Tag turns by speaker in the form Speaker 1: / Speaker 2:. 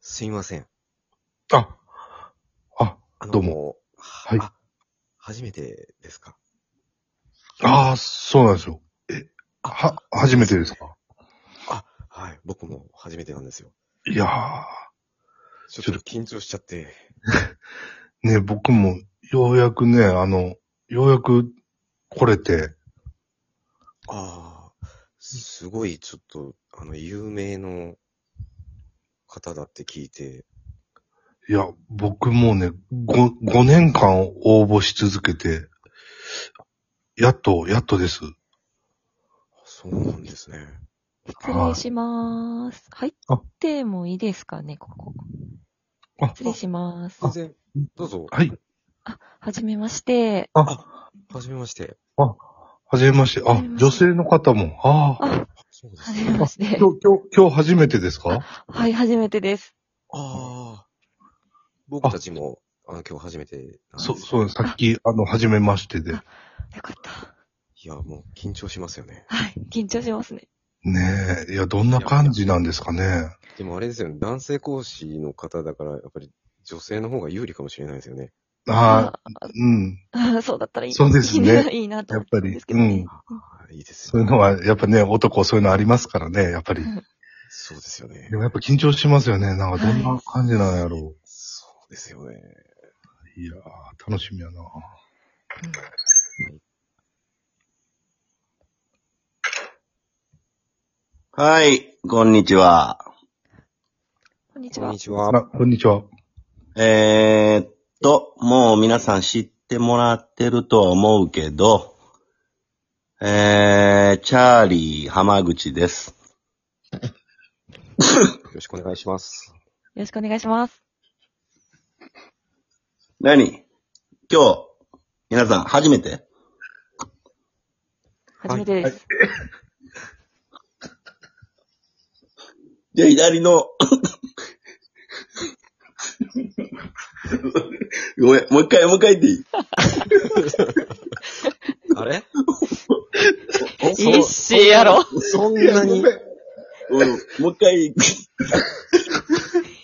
Speaker 1: すいません。
Speaker 2: あ、あ、
Speaker 1: あの
Speaker 2: どうも。
Speaker 1: はい初めてですか
Speaker 2: ああ、そうなんですよ。
Speaker 1: あ
Speaker 2: は、初めてですか
Speaker 1: はい。僕も初めてなんですよ。
Speaker 2: いや
Speaker 1: ち
Speaker 2: ち
Speaker 1: ょ
Speaker 2: ょ
Speaker 1: っ
Speaker 2: っ
Speaker 1: と緊張しちゃって。
Speaker 2: ー、ね、僕も、ようやくね、あの、ようやく来れて、
Speaker 1: ああ、すごい、ちょっと、あの、有名の方だって聞いて。
Speaker 2: いや、僕もね、5、5年間応募し続けて、やっと、やっとです。
Speaker 1: そうなんですね。
Speaker 3: 失礼しまーす。入ってもいいですかね、ここ。
Speaker 2: あ
Speaker 3: 失礼しまーす
Speaker 1: 全。然、どうぞ。
Speaker 2: はい。
Speaker 3: あ、はじめまして。
Speaker 1: あ、はじめまして。
Speaker 2: はじめまして。あ
Speaker 3: はじめ、まして
Speaker 2: 女性の方も。ああ。
Speaker 3: あ、
Speaker 1: そうです
Speaker 3: は
Speaker 1: ね。
Speaker 3: じめまして。
Speaker 2: 今日、今日、今日初めてですか
Speaker 3: はい、初めてです。
Speaker 1: ああ。僕たちも、あの、今日初めてなんです
Speaker 2: そう、そうです。さっき、あの、はじめましてで。
Speaker 3: よかった。
Speaker 1: いや、もう緊張しますよね。
Speaker 3: はい、緊張しますね。
Speaker 2: ねえ、いや、どんな感じなんですかね。
Speaker 1: でもあれですよね、男性講師の方だから、やっぱり女性の方が有利かもしれないですよね。
Speaker 2: ああ、うん。
Speaker 3: あ、そうだったらいい。
Speaker 2: そうですね
Speaker 3: いいな、いいなと
Speaker 2: や
Speaker 3: 思
Speaker 2: っ
Speaker 3: っ
Speaker 2: ぱ
Speaker 3: たん
Speaker 2: り
Speaker 3: ですけどね。
Speaker 2: うん
Speaker 1: ああ、いいです
Speaker 2: そういうのは、やっぱね、男そういうのありますからね、やっぱり。
Speaker 1: そうですよね
Speaker 2: で。もやっぱ緊張しますよね。なんかどんな感じなんやろ
Speaker 1: そうですよね。
Speaker 2: う。いやー、楽しみやな。
Speaker 4: はい、こんにちは。
Speaker 3: こんにち
Speaker 1: こん
Speaker 3: は
Speaker 1: に。ちは。
Speaker 2: あら、こんにちは。
Speaker 4: えー、っと、もう皆さん知ってもらってるとは思うけど、えー、チャーリー浜口です。
Speaker 1: よろしくお願いします。
Speaker 3: よろしくお願いします。
Speaker 4: 何今日、皆さん初めて
Speaker 3: 初めてです。
Speaker 4: じゃあ左の、 ごめん、もう一回、もう一回言っていい
Speaker 1: あ れ
Speaker 3: 一心やろ。
Speaker 1: そんなに。
Speaker 4: うん、もう一回、